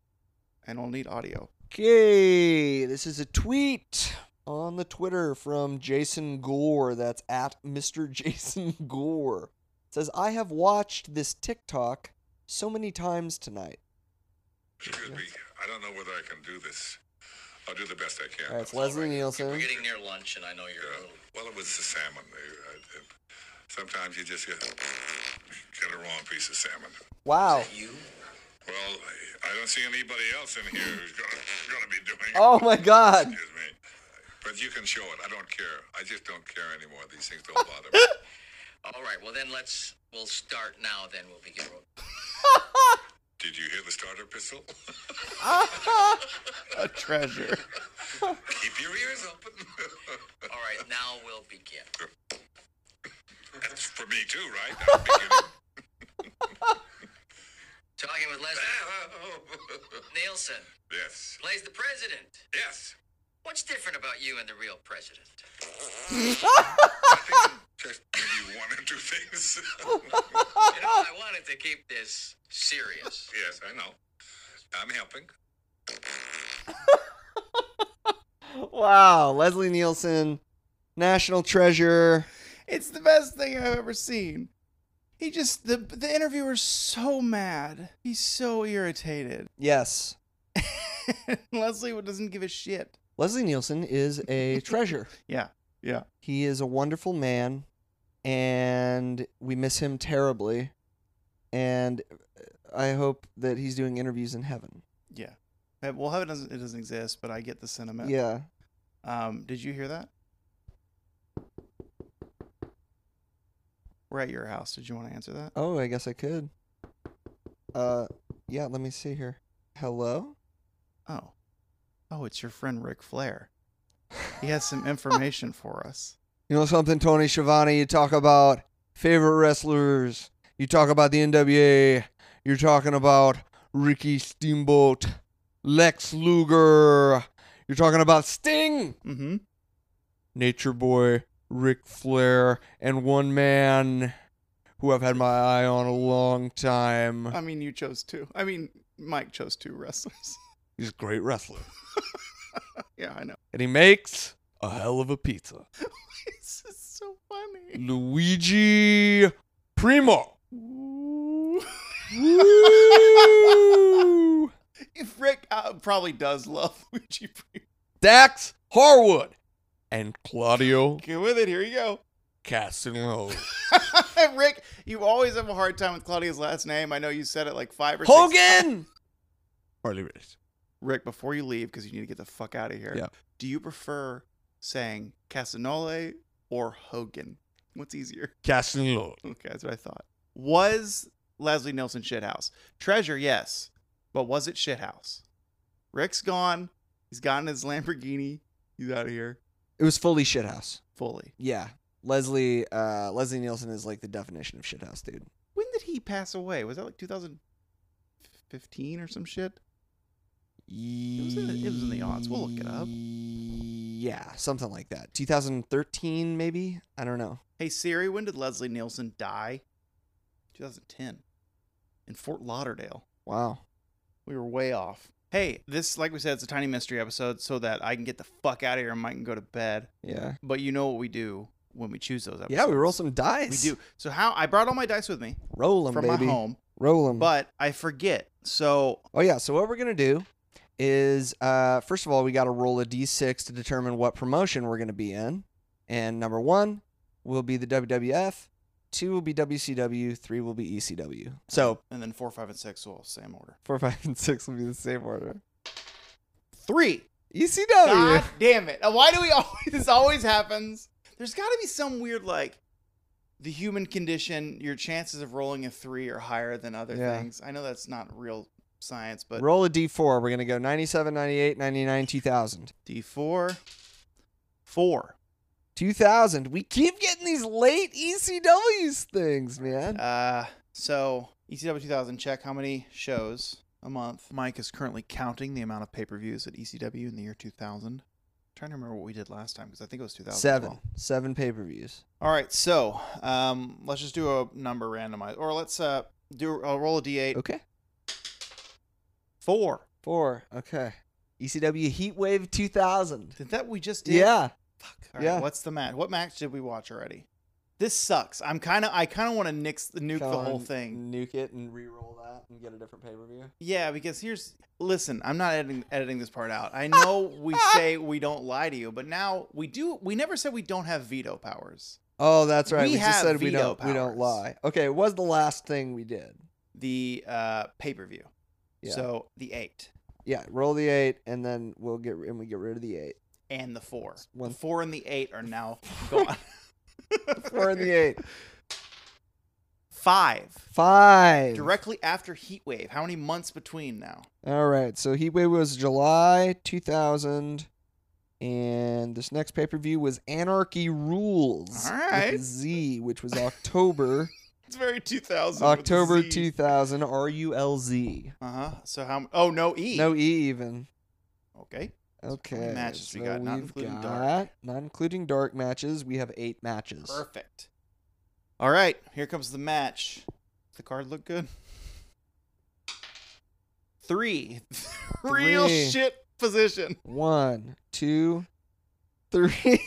Speaker 3: and I'll need audio.
Speaker 2: Okay, this is a tweet on the Twitter from Jason Gore. That's at Mr. Jason Gore. It says, I have watched this TikTok so many times tonight.
Speaker 5: Excuse me. I don't know whether I can do this. I'll do the best I can.
Speaker 2: All right, it's Leslie
Speaker 6: We're
Speaker 2: Nielsen.
Speaker 6: getting near lunch, and I know you're a
Speaker 5: Uh,
Speaker 6: little.
Speaker 5: well, it was the salmon. Uh, uh, Sometimes you just get, get a wrong piece of salmon.
Speaker 2: Wow.
Speaker 6: You?
Speaker 5: Well, I don't see anybody else in here who's gonna, gonna be doing it.
Speaker 2: Oh my God.
Speaker 5: Excuse me. But you can show it. I don't care. I just don't care anymore. These things don't bother me.
Speaker 6: All right. Well, then let's. We'll start now. Then we'll begin.
Speaker 5: Did you hear the starter pistol?
Speaker 3: A treasure.
Speaker 5: Keep your ears open.
Speaker 6: All right. Now we'll begin.
Speaker 5: That's for me too, right? I'm beginning.
Speaker 6: Talking with Leslie Nielsen.
Speaker 5: yes.
Speaker 6: Plays the president.
Speaker 5: Yes.
Speaker 6: What's different about you and the real president?
Speaker 5: Just maybe one or two things.
Speaker 6: You know, I wanted to keep this serious.
Speaker 5: yes, I know. I'm helping.
Speaker 2: Wow. Leslie Nielsen, national treasure.
Speaker 3: It's the best thing I've ever seen. He just the the interviewer's so mad. He's so irritated.
Speaker 2: Yes.
Speaker 3: Leslie doesn't give a shit.
Speaker 2: Leslie Nielsen is a treasure.
Speaker 3: Yeah, yeah.
Speaker 2: He is a wonderful man, and we miss him terribly. And uh, I hope that he's doing interviews in heaven.
Speaker 3: Yeah. Uh, Well, heaven doesn't it doesn't exist, but I get the sentiment.
Speaker 2: Yeah.
Speaker 3: Um, did you hear that? We're at your house. Did you want to answer that?
Speaker 2: Oh, I guess I could. Uh, yeah. Let me see here. Hello.
Speaker 3: Oh. Oh, it's your friend Ric Flair. He has some information for us.
Speaker 2: You know something, Tony Schiavone? You talk about favorite wrestlers. You talk about the NWA. You're talking about Ricky Steamboat, Lex Luger. You're talking about Sting.
Speaker 3: Mm-hmm.
Speaker 2: Nature Boy, Ric Flair, and one man who I've had my eye on a long time.
Speaker 3: I mean, you chose two. I mean, Mike chose two wrestlers.
Speaker 2: He's a great wrestler.
Speaker 3: yeah, I know.
Speaker 2: And he makes
Speaker 7: a hell of a pizza.
Speaker 3: This is so funny.
Speaker 7: Luigi Primo.
Speaker 3: Mm.
Speaker 7: Woo!
Speaker 3: If Rick uh, probably does love Luigi Primo.
Speaker 7: Dax Harwood. And Claudio
Speaker 3: Get with it. Here you go.
Speaker 7: Castagnoli.
Speaker 3: Rick, you always have a hard time with Claudia's last name. I know you said it like five or six
Speaker 7: Hogan! Harley Race.
Speaker 3: Rick, before you leave, because you need to get the fuck out of here,
Speaker 7: Yeah.
Speaker 3: do you prefer saying Casanole or Hogan? What's easier?
Speaker 7: Castagnoli.
Speaker 3: Okay, that's what I thought. Was Leslie Nielsen shithouse? Treasure, yes. But was it shithouse? Rick's gone. He's gotten his Lamborghini. He's out of here
Speaker 2: It was fully shithouse.
Speaker 3: fully.
Speaker 2: Yeah. Leslie uh Leslie Nielsen is like the definition of shithouse, dude.
Speaker 3: When did he pass away? Was that like 2015 or some shit? was in the- it was in the odds. We'll look it up.
Speaker 2: Yeah, something like that. 2013 maybe? I don't know.
Speaker 3: Hey Siri, when did Leslie Nielsen die? 2010 in Fort Lauderdale.
Speaker 2: Wow.
Speaker 3: We were way off. Hey, this, like we said, it's a tiny mystery episode so that I can get the fuck out of here and Mike can go to bed.
Speaker 2: Yeah.
Speaker 3: But you know what we do when we choose those episodes.
Speaker 2: Yeah, we roll some
Speaker 3: We
Speaker 2: dice.
Speaker 3: do. So, how I brought all my dice with me
Speaker 2: Roll 'em,
Speaker 3: from
Speaker 2: baby. Mm.
Speaker 3: my home,
Speaker 2: Roll 'em.
Speaker 3: but I forget. So,
Speaker 2: Oh yeah. So what we're gonna do is, uh, first of all, we got to roll a d6 to determine what promotion we're gonna be in. And number one will be the WWF, two will be WCW, three will be ECW. So
Speaker 3: and then four, five, and six will same order.
Speaker 2: four, five, and six will be the same order. E
Speaker 3: Three.
Speaker 2: ECW.
Speaker 3: God damn it. Now, Why do we always, this always happens? There's got to be some weird, like, the human condition, your chances of rolling a three are higher than other
Speaker 2: Yeah.
Speaker 3: things. I know that's not real science, but
Speaker 2: Roll a d4. We're gonna go 97, 98, 99, 2000.
Speaker 3: D4, four.
Speaker 2: 2000. We keep getting these late ECW's things, man.
Speaker 3: Uh, so E ECW 2000, check how many shows a month. Mike is currently counting the amount of pay per views at ECW in the year 2000. trying to remember what we did last time because I think it was 2000.
Speaker 2: Seven. Seven pay-per-views.
Speaker 3: All right, so um, let's just do a number randomized, or let's uh, do I'll roll a d8.
Speaker 2: Okay.
Speaker 3: Four.
Speaker 2: Four. Okay. E ECW Heatwave 2000.
Speaker 3: Did that we just did?
Speaker 2: Yeah.
Speaker 3: Fuck. All right,
Speaker 2: Yeah.
Speaker 3: What's the match? What match did we watch already? This sucks. I'm kind of I kind of want to nix nuke the whole thing.
Speaker 2: Nuke it and re-roll that and get a different pay-per-view.
Speaker 3: Yeah, because here's listen, I'm not editing editing this part out. I know we say we don't lie to you, but now we do. We never said we don't have veto powers.
Speaker 2: Oh, that's right.
Speaker 3: We
Speaker 2: We,
Speaker 3: have
Speaker 2: just said we
Speaker 3: veto
Speaker 2: don't we don't
Speaker 3: powers.
Speaker 2: lie. Okay, it was the last thing we did.
Speaker 3: The uh, pay per view.
Speaker 2: Yeah.
Speaker 3: So the eight
Speaker 2: Yeah, roll the 8 and then we'll get and we get rid of the 8.
Speaker 3: and the four.
Speaker 2: One-
Speaker 3: The four and the eight are now gone.
Speaker 2: Four and the 8.
Speaker 3: Five.
Speaker 2: 5.
Speaker 3: Directly after Heat Wave. How many months between now?
Speaker 2: All right. So Heatwave was July 2000 and this next pay-per-view was Anarchy Rules.
Speaker 3: All
Speaker 2: with a
Speaker 3: right.
Speaker 2: Z, which was October
Speaker 3: It's very 2000.
Speaker 2: October 2000 R U L Z.
Speaker 3: Uh huh. So how? Oh no, E.
Speaker 2: No E even.
Speaker 3: Okay.
Speaker 2: Okay.
Speaker 3: many matches we
Speaker 2: so
Speaker 3: got, not
Speaker 2: we've
Speaker 3: including dark.
Speaker 2: got- Not including dark matches. We have eight matches.
Speaker 3: Perfect. All right, here comes the match. The card look good. Three. Real
Speaker 2: Three.
Speaker 3: shit position.
Speaker 2: One, two, three.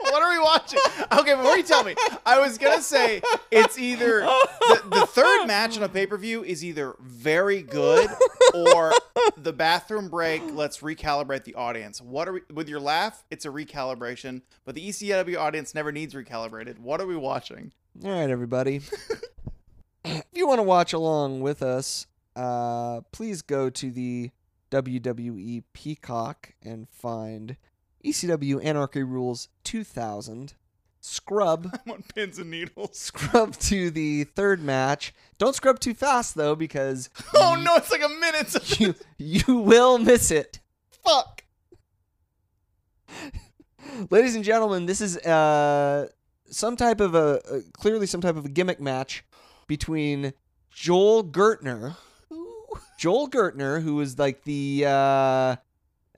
Speaker 3: What are we watching? Okay, before you tell me, I was gonna say it's either the, the third match on a pay per view is either very good or the bathroom break. Let's recalibrate the audience. What are we with your laugh? It's a recalibration, but the ECW audience never needs recalibrated. What are we watching?
Speaker 2: All right, everybody. if you want to watch along with us, uh, please go to the WWE Peacock and find ECW Anarchy Rules 2000. Scrub,
Speaker 3: I'm on pins and needles.
Speaker 2: scrub to the third match. Don't scrub too fast though, because
Speaker 3: Oh no, it's like a minute. It's
Speaker 2: you you will miss it.
Speaker 3: fuck.
Speaker 2: Ladies and gentlemen, this is uh, some type of a uh, clearly some type of a gimmick match between Joel Gertner, Joel Gertner, who is like the uh,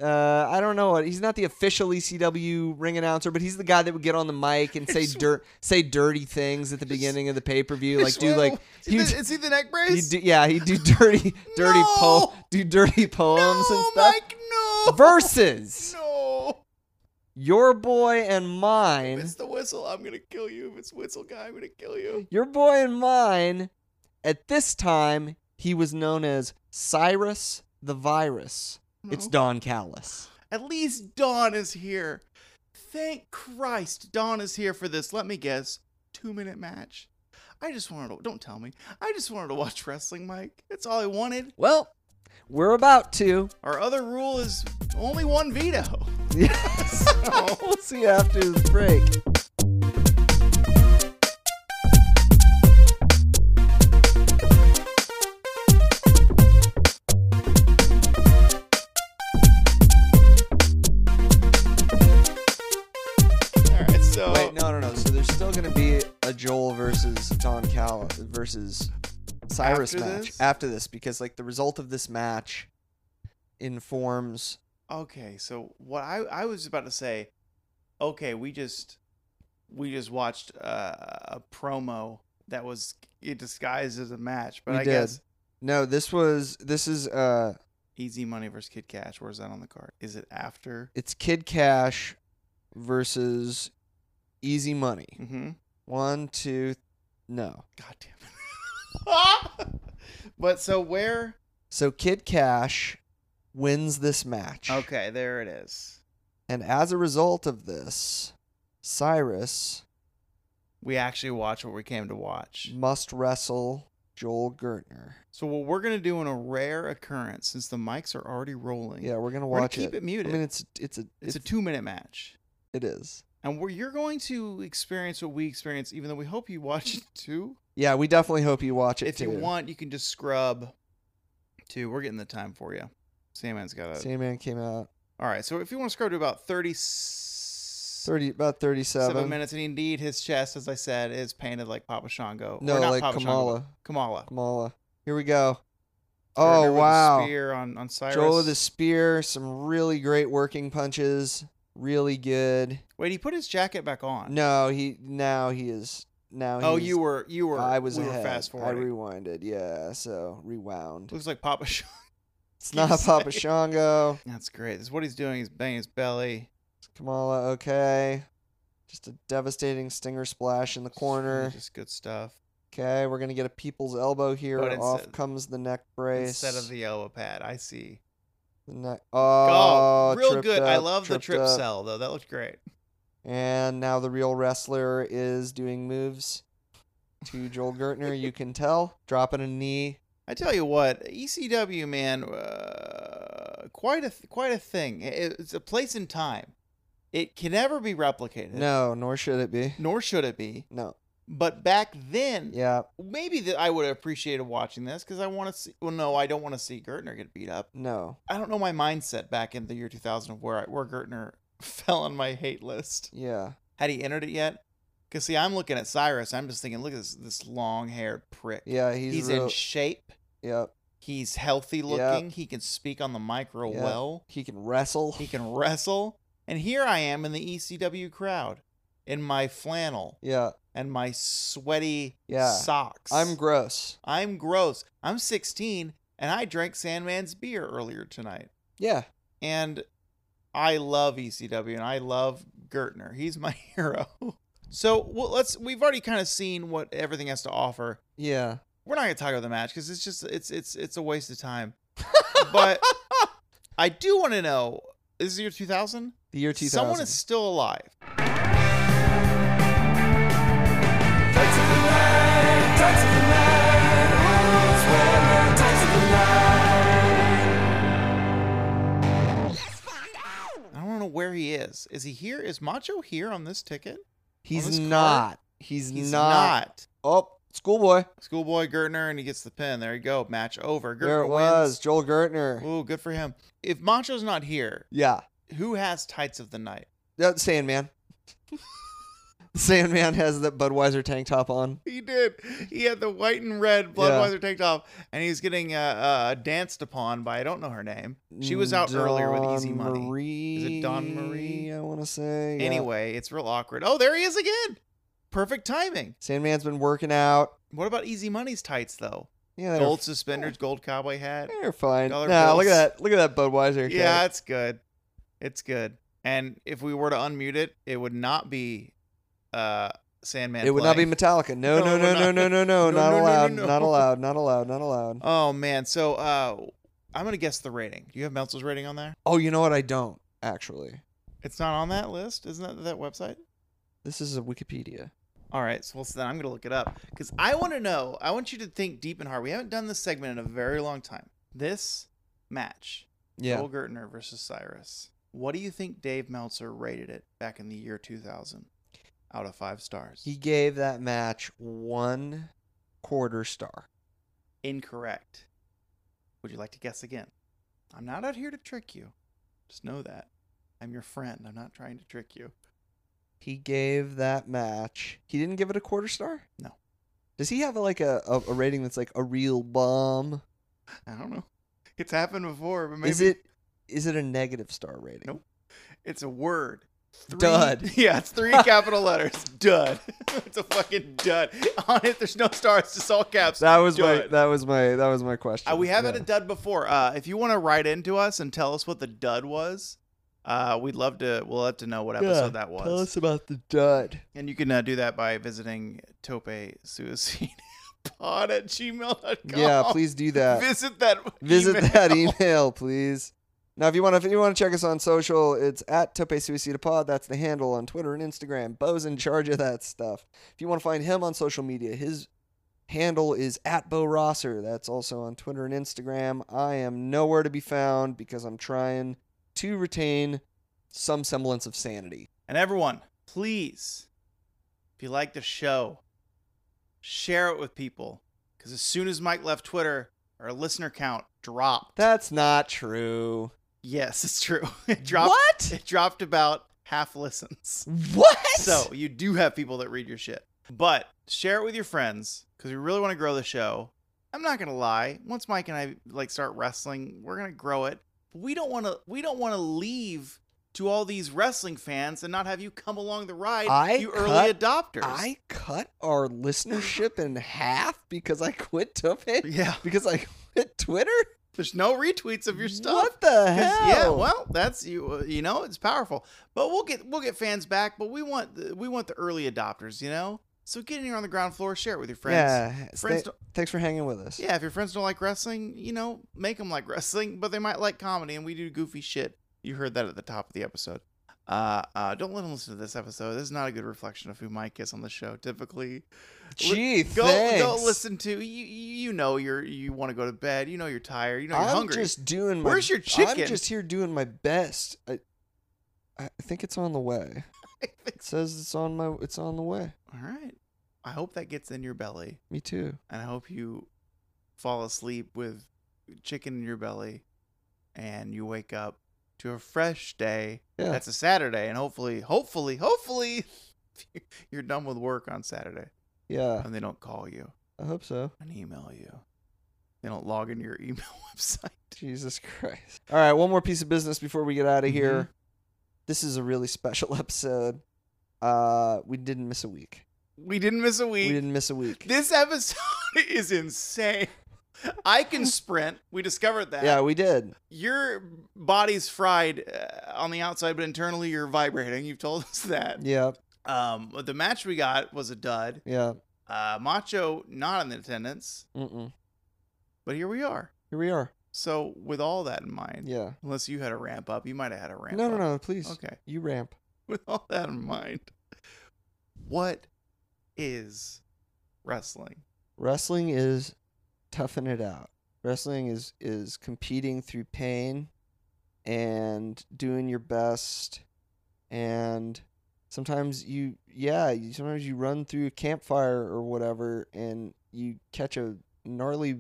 Speaker 2: uh, I don't know, he's not the official ECW ring announcer, but he's the guy that would get on the mic and say dirt, say dirty things at the beginning of the pay per view, like do like
Speaker 3: Is he,
Speaker 2: huge-
Speaker 3: the, is he the neck
Speaker 2: he
Speaker 3: brace?
Speaker 2: do, yeah, he do dirty, dirty
Speaker 3: No!
Speaker 2: po- do dirty poems and
Speaker 3: no,
Speaker 2: stuff
Speaker 3: Mike, no.
Speaker 2: versus
Speaker 3: no.
Speaker 2: your boy and mine.
Speaker 3: If it's the whistle, I'm gonna kill you. If it's whistle guy, I'm gonna kill you.
Speaker 2: Your boy and mine, at this time, he was known as Cyrus the Virus. It's
Speaker 3: No.
Speaker 2: Don Callis.
Speaker 3: At least Dawn is here. Thank Christ, Dawn is here for this. Let me guess, two minute match. I just wanted to. Don't tell me. I just wanted to watch wrestling, Mike. That's all I wanted.
Speaker 2: Well, we're about to.
Speaker 3: Our other rule is only one veto.
Speaker 2: Yes. we'll see you after this break.
Speaker 3: All right, so
Speaker 2: Wait, no, no, no. So there's still going to be a Joel versus Don Callis versus Cyrus
Speaker 3: After
Speaker 2: match
Speaker 3: this?
Speaker 2: after this because, like, the result of this match informs.
Speaker 3: okay, so what I I was about to say. Okay, we just we just watched uh, a promo that was it disguised as a match, but
Speaker 2: We
Speaker 3: I
Speaker 2: did.
Speaker 3: guess
Speaker 2: No, this was. This is. uh
Speaker 3: Easy Money versus Kid Cash. Where's that on the card? Is it after?
Speaker 2: It's Kid Cash versus Easy Money.
Speaker 3: Mm-hmm.
Speaker 2: One, two, no.
Speaker 3: God damn it. but so where?
Speaker 2: So Kid Cash wins this match.
Speaker 3: Okay, there it is.
Speaker 2: And as a result of this, Cyrus
Speaker 3: We actually watch what we came to watch.
Speaker 2: must wrestle Joel Gertner.
Speaker 3: So what we're gonna do in a rare occurrence, since the mics are already rolling,
Speaker 2: Yeah, we're gonna
Speaker 3: We're gonna
Speaker 2: watch
Speaker 3: keep it muted.
Speaker 2: I mean, it's it's a
Speaker 3: it's a two-minute match,
Speaker 2: it is.
Speaker 3: and where you're going to experience what we experience, even though we hope you watch it too.
Speaker 2: Yeah, we definitely hope you watch it
Speaker 3: if
Speaker 2: too.
Speaker 3: you want, you can just scrub. Too, we're getting the time for you. Sandman's got a.
Speaker 2: Sandman came out
Speaker 3: All right, so if you want to scrub to about thirty
Speaker 2: thirty about thirty
Speaker 3: seven minutes, and indeed, his chest, as I said, is painted like Papa Shango.
Speaker 2: No,
Speaker 3: or not
Speaker 2: like
Speaker 3: Papa
Speaker 2: Kamala.
Speaker 3: Shango, but Kamala.
Speaker 2: Kamala. Here we go.
Speaker 3: Turner
Speaker 2: Oh
Speaker 3: with a
Speaker 2: wow.
Speaker 3: Spear on on Cyrus.
Speaker 2: Joel with the spear, some really great working punches, really good.
Speaker 3: Wait, he put his jacket back on.
Speaker 2: No, he now he is now.
Speaker 3: Oh,
Speaker 2: he's-
Speaker 3: you were you were.
Speaker 2: I was
Speaker 3: we
Speaker 2: ahead.
Speaker 3: were fast
Speaker 2: I
Speaker 3: forwarding.
Speaker 2: rewinded. Yeah, so rewound.
Speaker 3: Looks like Papa Shango.
Speaker 2: It's not Papa
Speaker 3: saying.
Speaker 2: Shango.
Speaker 3: That's great. This is what he's doing. He's banging his belly.
Speaker 2: Kamala, okay. Just a devastating stinger splash in the corner.
Speaker 3: Just good stuff.
Speaker 2: Okay, we're gonna get a people's elbow here.
Speaker 3: But
Speaker 2: Off
Speaker 3: instead-
Speaker 2: comes the neck brace.
Speaker 3: Instead of the elbow pad, I see.
Speaker 2: The neck. Oh,
Speaker 3: real
Speaker 2: tripped
Speaker 3: good. I
Speaker 2: up,
Speaker 3: love the
Speaker 2: tripped
Speaker 3: trip
Speaker 2: up.
Speaker 3: cell though. That looked great.
Speaker 2: And now the real wrestler is doing moves to Joel Gertner. You can tell. Dropping a knee.
Speaker 3: I tell you what, ECW man, uh, quite a th- quite a thing. I- It's a place and time. It can never be replicated.
Speaker 2: No, nor should it be.
Speaker 3: nor should it be.
Speaker 2: No.
Speaker 3: But back then,
Speaker 2: Yeah.
Speaker 3: maybe that I would have appreciated watching this because I want to see. Well, no, I don't want to see Gertner get beat up.
Speaker 2: No.
Speaker 3: I don't know my mindset back in the year 2000 of where I, where Gertner fell on my hate list.
Speaker 2: Yeah.
Speaker 3: Had he entered it yet? Because see, I'm looking at Cyrus. I'm just thinking, look at this this long haired prick.
Speaker 2: Yeah. He's,
Speaker 3: he's,
Speaker 2: real,
Speaker 3: in shape.
Speaker 2: Yep.
Speaker 3: He's healthy looking. He can speak on the mic real
Speaker 2: Yeah.
Speaker 3: well.
Speaker 2: He can wrestle.
Speaker 3: He can wrestle. And here I am in the ECW crowd in my flannel
Speaker 2: yeah.
Speaker 3: and my sweaty
Speaker 2: Yeah.
Speaker 3: socks.
Speaker 2: I'm gross.
Speaker 3: I'm gross. I'm 16 and I drank Sandman's beer earlier tonight.
Speaker 2: Yeah.
Speaker 3: And I love ECW and I love Gertner. He's my hero. So, well, let's we've already kind of seen what everything has to offer.
Speaker 2: Yeah.
Speaker 3: We're not going to talk about the match cuz it's just it's it's it's a waste of time. but I do want to know is the year 2000?
Speaker 2: The year 2000.
Speaker 3: Someone is still alive. I don't know where he is. Is he here? Is Macho here on this ticket? on
Speaker 2: He's
Speaker 3: this card?
Speaker 2: not. He's,
Speaker 3: He's
Speaker 2: not.
Speaker 3: not.
Speaker 2: Oh, schoolboy.
Speaker 3: Schoolboy Gertner, and he gets the pin. There you go. Match over. Gertner
Speaker 2: There it was.
Speaker 3: wins.
Speaker 2: Joel Gertner.
Speaker 3: Ooh, good for him. If Macho's not here,
Speaker 2: Yeah.
Speaker 3: who has tights of the night?
Speaker 2: That Sandman. Sandman has that Budweiser tank top on.
Speaker 3: He did. He had the white and red Budweiser tank top, and he's getting uh, uh, danced upon by I don't know her name. She was out earlier with Easy
Speaker 2: Dawn
Speaker 3: Money.
Speaker 2: Marie,
Speaker 3: Is it Dawn Marie?
Speaker 2: I want to say. yeah.
Speaker 3: Anyway, it's real awkward. Oh, there he is again. Perfect timing.
Speaker 2: Sandman's been working out.
Speaker 3: What about Easy Money's tights though?
Speaker 2: Yeah, they're,
Speaker 3: Gold suspenders, gold cowboy hat.
Speaker 2: they're fine.
Speaker 3: dollar
Speaker 2: Nah, look at
Speaker 3: bills.
Speaker 2: that. Look at that Budweiser.
Speaker 3: Yeah,
Speaker 2: tank.
Speaker 3: it's good. It's good. And if we were to unmute it, it would not be uh, Sandman.
Speaker 2: it would not be
Speaker 3: playing.
Speaker 2: Metallica. No,
Speaker 3: No,
Speaker 2: no, no,
Speaker 3: we're
Speaker 2: no,
Speaker 3: not-
Speaker 2: no, no,
Speaker 3: No,
Speaker 2: no, not
Speaker 3: no, no, no,
Speaker 2: allowed,
Speaker 3: no.
Speaker 2: not allowed, not allowed, not allowed.
Speaker 3: Oh man, so uh, I'm gonna guess the rating. Do you have Meltzer's rating on there?
Speaker 2: Oh, you know what? I don't actually.
Speaker 3: It's not on that list, isn't that that website?
Speaker 2: This is a Wikipedia.
Speaker 3: All right, so, well, so then I'm gonna look it up because I want to know. I want you to think deep and hard. We haven't done this segment in a very long time. This match,
Speaker 2: Yeah,
Speaker 3: Joel Gertner versus Cyrus. What do you think Dave Meltzer rated it back in the year 2000? Out of five stars.
Speaker 2: he gave that match one quarter star.
Speaker 3: Incorrect. Would you like to guess again? I'm not out here to trick you. Just know that. I'm your friend. I'm not trying to trick you.
Speaker 2: He gave that match. He didn't give it a quarter star.
Speaker 3: No.
Speaker 2: Does he have like a, a, a rating that's like a real bomb?
Speaker 3: I don't know. It's happened before, but maybe
Speaker 2: Is it is it a negative star rating?
Speaker 3: Nope. it's a word. Three-
Speaker 2: Dud.
Speaker 3: Yeah, it's three capital letters. Dud. it's a fucking dud. On it, there's no star. It's just all caps.
Speaker 2: That was my
Speaker 3: Dud.
Speaker 2: that was my that was my question.
Speaker 3: Uh, we have
Speaker 2: Yeah.
Speaker 3: had a dud before. Uh, if you want to write into us and tell us what the dud was, uh, we'd love to. We'll love to know what episode
Speaker 2: Yeah,
Speaker 3: that was.
Speaker 2: Tell us about the dud.
Speaker 3: And you can uh, do that by visiting tope pod at gmail.com.
Speaker 2: Yeah, please do that.
Speaker 3: Visit that
Speaker 2: Visit
Speaker 3: email.
Speaker 2: that email, please. Now, if you want to, if you want to check us on social, it's at Tope Suicida Pod. That's the handle on Twitter and Instagram. Bo's in charge of that stuff. If you want to find him on social media, his handle is at Bo Rosser. That's also on Twitter and Instagram. I am nowhere to be found because I'm trying to retain some semblance of sanity.
Speaker 3: And everyone, please, if you like the show, share it with people. Because as soon as Mike left Twitter, our listener count dropped.
Speaker 2: That's not true.
Speaker 3: yes, it's true. It dropped.
Speaker 2: What?
Speaker 3: It dropped about half listens.
Speaker 2: What?
Speaker 3: So you do have people that read your shit. But share it with your friends because we really want to grow the show. I'm not gonna lie. Once Mike and I like start wrestling, we're gonna grow it. But we don't want to. We don't want to leave to all these wrestling fans and not have you come along the ride.
Speaker 2: I
Speaker 3: you early
Speaker 2: cut-
Speaker 3: adopters.
Speaker 2: I cut our listenership in half because I quit Tope.
Speaker 3: yeah.
Speaker 2: Because I quit Twitter?
Speaker 3: There's no retweets of your stuff.
Speaker 2: What the
Speaker 3: 'Cause-
Speaker 2: hell?
Speaker 3: Yeah, well, that's you. uh, You know, it's powerful. But we'll get we'll get fans back. But we want the, we want the early adopters. You know, so get in here on the ground floor, share it with your friends.
Speaker 2: Yeah.
Speaker 3: friends
Speaker 2: sta- thanks for hanging with us.
Speaker 3: Yeah, if your friends don't like wrestling, you know, make them like wrestling, but they might like comedy, and we do goofy shit. You heard that at the top of the episode. Uh, uh, don't let them listen to this episode. This is not a good reflection of who Mike is on the show. Typically,
Speaker 2: Gee,
Speaker 3: go
Speaker 2: thanks.
Speaker 3: go listen to you. You know you're you want to go to bed. You know you're tired. You know you're
Speaker 2: I'm
Speaker 3: hungry.
Speaker 2: just doing my
Speaker 3: Where's your chicken?
Speaker 2: I'm just here doing my best. I I think it's on the way. It says it's on my it's on the way.
Speaker 3: All right. I hope that gets in your belly,
Speaker 2: Me too.
Speaker 3: and I hope you fall asleep with chicken in your belly, and you wake up to a fresh day.
Speaker 2: Yeah.
Speaker 3: That's a Saturday, and hopefully, hopefully, hopefully, you're done with work on Saturday,
Speaker 2: yeah.
Speaker 3: and they don't call you
Speaker 2: I hope so.
Speaker 3: and email you. They don't log into your email website.
Speaker 2: Jesus Christ. All right, one more piece of business before we get out of
Speaker 3: Mm-hmm.
Speaker 2: here. This is a really special episode. Uh, we didn't miss a week.
Speaker 3: We didn't miss a
Speaker 2: We
Speaker 3: week.
Speaker 2: didn't miss a week.
Speaker 3: This episode is insane. I can sprint. We discovered that.
Speaker 2: Yeah, we did.
Speaker 3: your body's fried uh, on the outside, but internally you're vibrating. You've told us that.
Speaker 2: Yeah,
Speaker 3: Um, but the match we got was a dud.
Speaker 2: yeah.
Speaker 3: Uh, Macho not in attendance,
Speaker 2: Mm-mm.
Speaker 3: but here we are.
Speaker 2: Here we are.
Speaker 3: So with all that in mind,
Speaker 2: Yeah.
Speaker 3: unless you had a ramp up, you might have had a ramp.
Speaker 2: No, no,
Speaker 3: up.
Speaker 2: no. Please,
Speaker 3: Okay.
Speaker 2: you ramp.
Speaker 3: With all that in mind, what is wrestling?
Speaker 2: Wrestling is toughing it out. Wrestling is is competing through pain and doing your best and sometimes you yeah, you, sometimes you run through a campfire or whatever and you catch a gnarly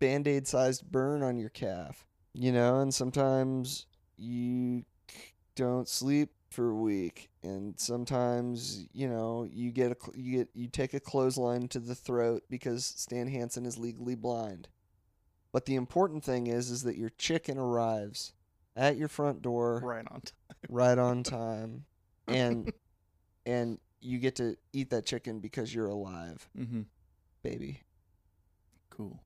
Speaker 2: band-aid sized burn on your calf, you know, and sometimes you c- don't sleep for a week and sometimes you know you get a cl- you get you take a clothesline to the throat because Stan Hansen is legally blind but the important thing is is that your chicken arrives at your front door
Speaker 3: Right on. T-
Speaker 2: right on time and and you get to eat that chicken because you're alive
Speaker 3: mm-hmm.
Speaker 2: baby
Speaker 3: Cool.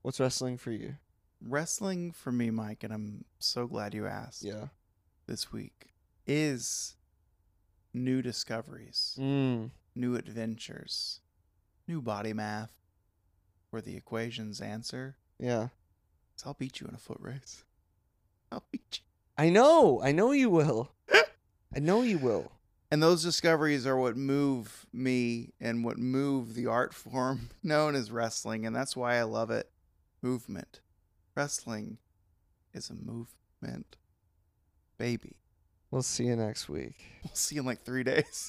Speaker 2: what's wrestling for you
Speaker 3: Wrestling for me, Mike, and I'm so glad you asked.
Speaker 2: yeah
Speaker 3: This week is new discoveries,
Speaker 2: Mm.
Speaker 3: new adventures, new body math, where the equations answer.
Speaker 2: Yeah.
Speaker 3: is I'll beat you in a foot race. I'll beat you.
Speaker 2: I know. I know you will. I know you will.
Speaker 3: And those discoveries are what move me and what move the art form known as wrestling. And that's why I love it. Movement. Wrestling is a movement. Baby.
Speaker 2: We'll see you next week.
Speaker 3: We'll see you in like three days.